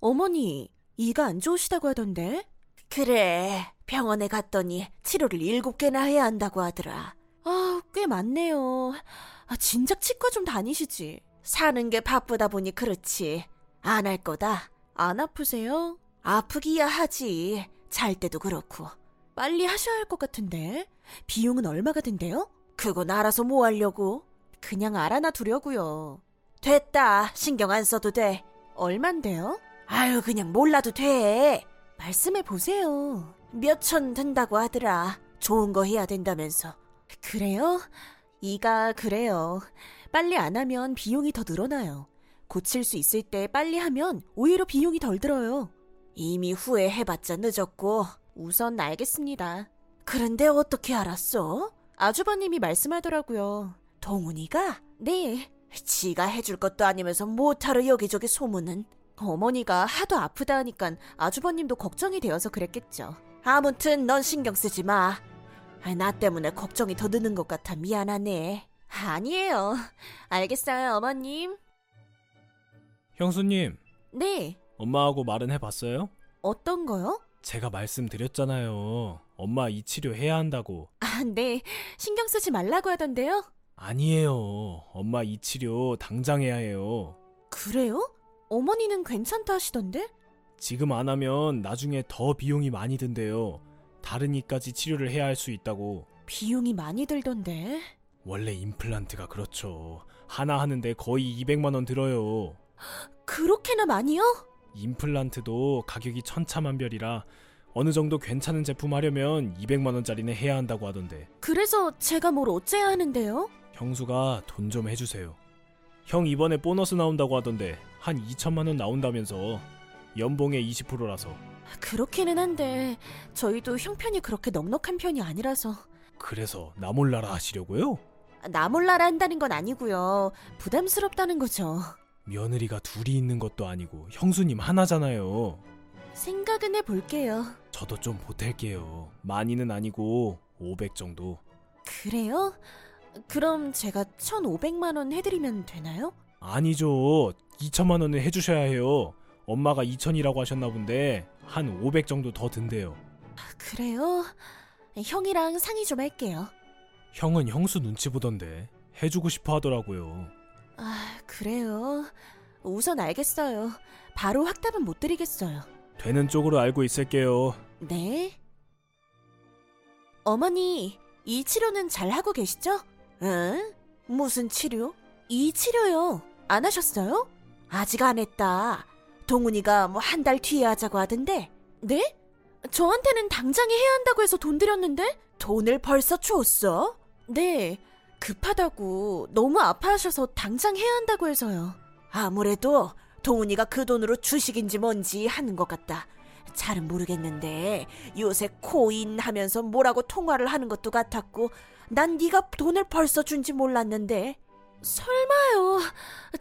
어머니, 이가 안 좋으시다고 하던데? 그래. 병원에 갔더니 치료를 일곱 개나 해야 한다고 하더라. 아, 꽤 많네요. 아, 진작 치과 좀 다니시지. 사는 게 바쁘다 보니 그렇지. 안 할 거다. 안 아프세요? 아프기야 하지. 잘 때도 그렇고. 빨리 하셔야 할 것 같은데. 비용은 얼마가 된대요? 그건 알아서 뭐 하려고? 그냥 알아놔 두려고요. 됐다. 신경 안 써도 돼. 얼만데요? 아유, 그냥 몰라도 돼. 말씀해 보세요. 몇 천 든다고 하더라. 좋은 거 해야 된다면서. 그래요? 이가 그래요. 빨리 안 하면 비용이 더 늘어나요. 고칠 수 있을 때 빨리 하면 오히려 비용이 덜 들어요. 이미 후회해봤자 늦었고 우선 알겠습니다. 그런데 어떻게 알았어? 아주버님이 말씀하더라고요. 동훈이가? 네. 지가 해줄 것도 아니면서 뭐하러 여기저기 소문은? 어머니가 하도 아프다 하니깐 아주버님도 걱정이 되어서 그랬겠죠. 아무튼 넌 신경 쓰지 마. 아, 나 때문에 걱정이 더 드는 것 같아 미안하네. 아니에요. 알겠어요, 어머님. 형수님, 네. 엄마하고 말은 해봤어요? 어떤 거요? 제가 말씀드렸잖아요. 엄마 이 치료 해야 한다고. 아, 네. 신경 쓰지 말라고 하던데요. 아니에요. 엄마 이 치료 당장 해야 해요. 그래요? 어머니는 괜찮다 하시던데? 지금 안 하면 나중에 더 비용이 많이 든대요. 다른 이까지 치료를 해야 할 수 있다고. 비용이 많이 들던데. 원래 임플란트가 그렇죠. 하나 하는데 거의 200만 원 들어요. 그렇게나 많이요? 임플란트도 가격이 천차만별이라 어느 정도 괜찮은 제품 하려면 200만 원짜리는 해야 한다고 하던데. 그래서 제가 뭘 어째야 하는데요? 형수가 돈 좀 해주세요. 형 이번에 보너스 나온다고 하던데 한 2천만 원 나온다면서 연봉의 20%라서 그렇기는 한데 저희도 형편이 그렇게 넉넉한 편이 아니라서 그래서 나 몰라라 하시려고요? 나 몰라라 한다는 건 아니고요. 부담스럽다는 거죠. 며느리가 둘이 있는 것도 아니고 형수님 하나잖아요. 생각은 해볼게요. 저도 좀 보탤게요. 많이는 아니고 500 정도. 그래요? 그럼 제가 1,500만 원 해드리면 되나요? 아니죠. 2천만 원은 해주셔야 해요. 엄마가 2천이라고 하셨나 본데 한 500 정도 더 든대요. 그래요? 형이랑 상의 좀 할게요. 형은 형수 눈치 보던데 해주고 싶어 하더라고요. 아, 그래요. 우선 알겠어요. 바로 확답은 못 드리겠어요. 되는 쪽으로 알고 있을게요. 네. 어머니, 이 치료는 잘 하고 계시죠? 응? 무슨 치료? 이 치료요. 안 하셨어요? 아직 안 했다. 동훈이가 뭐 한 달 뒤에 하자고 하던데. 네? 저한테는 당장에 해야 한다고 해서 돈 드렸는데? 돈을 벌써 줬어? 네. 급하다고 너무 아파하셔서 당장 해야 한다고 해서요. 아무래도 동훈이가 그 돈으로 주식인지 뭔지 하는 것 같다. 잘은 모르겠는데 요새 코인 하면서 뭐라고 통화를 하는 것도 같았고 난 네가 돈을 벌써 준지 몰랐는데 설마요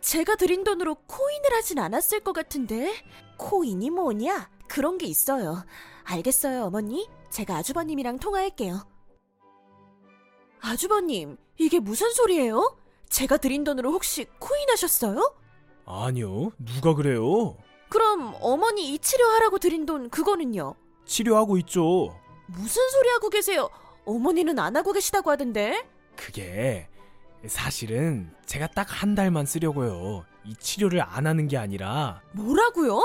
제가 드린 돈으로 코인을 하진 않았을 것 같은데 코인이 뭐냐 그런 게 있어요 알겠어요 어머니 제가 아주버님이랑 통화할게요 아주버님 이게 무슨 소리예요 제가 드린 돈으로 혹시 코인 하셨어요? 아니요. 누가 그래요? 그럼 어머니 이 치료하라고 드린 돈 그거는요? 치료하고 있죠. 무슨 소리 하고 계세요? 어머니는 안 하고 계시다고 하던데? 그게 사실은 제가 딱 한 달만 쓰려고요. 이 치료를 안 하는 게 아니라 뭐라고요?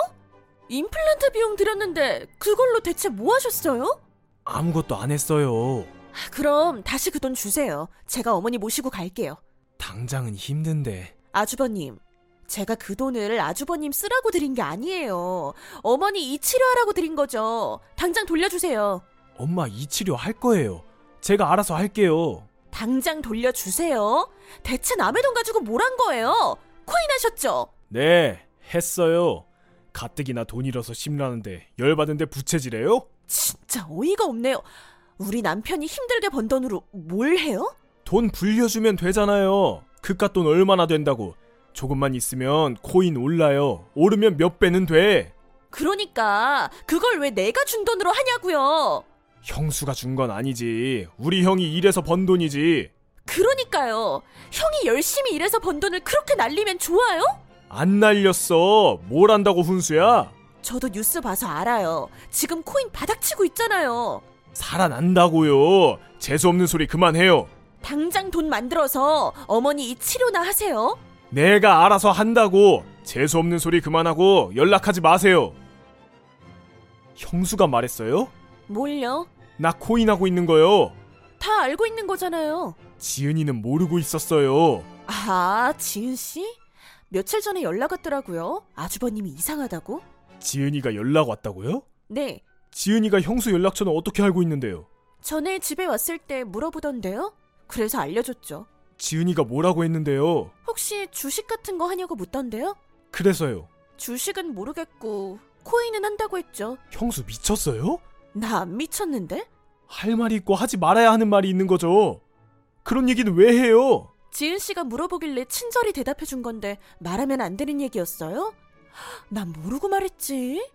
임플란트 비용 드렸는데 그걸로 대체 뭐 하셨어요? 아무것도 안 했어요. 아, 그럼 다시 그 돈 주세요. 제가 어머니 모시고 갈게요. 당장은 힘든데 아주버님, 제가 그 돈을 아주버님 쓰라고 드린 게 아니에요. 어머니 이 치료하라고 드린 거죠. 당장 돌려주세요. 엄마 이 치료 할 거예요. 제가 알아서 할게요. 당장 돌려주세요. 대체 남의 돈 가지고 뭘 한 거예요? 코인 하셨죠? 네, 했어요. 가뜩이나 돈 잃어서 심란한데 열받은데 부채질해요? 진짜 어이가 없네요. 우리 남편이 힘들게 번 돈으로 뭘 해요? 돈 불려주면 되잖아요. 그깟 돈 얼마나 된다고. 조금만 있으면 코인 올라요. 오르면 몇 배는 돼. 그러니까 그걸 왜 내가 준 돈으로 하냐고요. 형수가 준 건 아니지. 우리 형이 일해서 번 돈이지. 그러니까요. 형이 열심히 일해서 번 돈을 그렇게 날리면 좋아요? 안 날렸어. 뭘 안다고 훈수야? 저도 뉴스 봐서 알아요. 지금 코인 바닥치고 있잖아요. 살아난다고요. 재수 없는 소리 그만해요. 당장 돈 만들어서 어머니 이 치료나 하세요. 내가 알아서 한다고 재수 없는 소리 그만하고 연락하지 마세요. 형수가 말했어요? 뭘요? 나 코인하고 있는 거요. 다 알고 있는 거잖아요. 지은이는 모르고 있었어요. 아, 지은 씨? 며칠 전에 연락 왔더라고요. 아주버님이 이상하다고? 지은이가 연락 왔다고요? 네. 지은이가 형수 연락처는 어떻게 알고 있는데요? 전에 집에 왔을 때 물어보던데요. 그래서 알려줬죠. 지은이가 뭐라고 했는데요? 혹시 주식 같은 거 하냐고 묻던데요? 그래서요. 주식은 모르겠고 코인은 한다고 했죠. 형수 미쳤어요? 나 안 미쳤는데? 할 말이 있고 하지 말아야 하는 말이 있는 거죠. 그런 얘기는 왜 해요? 지은 씨가 물어보길래 친절히 대답해 준 건데 말하면 안 되는 얘기였어요? 난 모르고 말했지.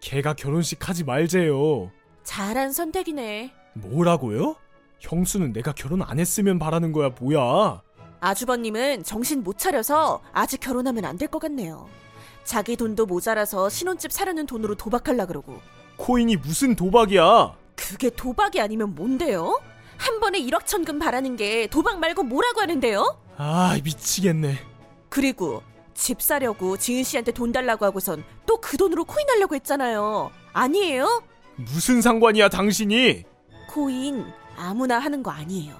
걔가 결혼식 하지 말재요. 잘한 선택이네. 뭐라고요? 형수는 내가 결혼 안 했으면 바라는 거야 뭐야? 아주버님은 정신 못 차려서 아직 결혼하면 안 될 것 같네요. 자기 돈도 모자라서 신혼집 사려는 돈으로 도박할라 그러고. 코인이 무슨 도박이야? 그게 도박이 아니면 뭔데요? 한 번에 1억 천금 바라는 게 도박 말고 뭐라고 하는데요? 아 미치겠네. 그리고 집 사려고 지은 씨한테 돈 달라고 하고선 또 그 돈으로 코인 하려고 했잖아요. 아니에요? 무슨 상관이야 당신이? 코인 아무나 하는 거 아니에요.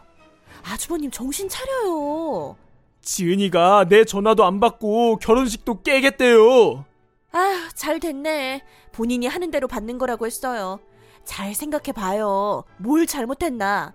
아주버님 정신 차려요. 지은이가 내 전화도 안 받고 결혼식도 깨겠대요. 아, 잘 됐네. 본인이 하는 대로 받는 거라고 했어요. 잘 생각해 봐요. 뭘 잘못했나?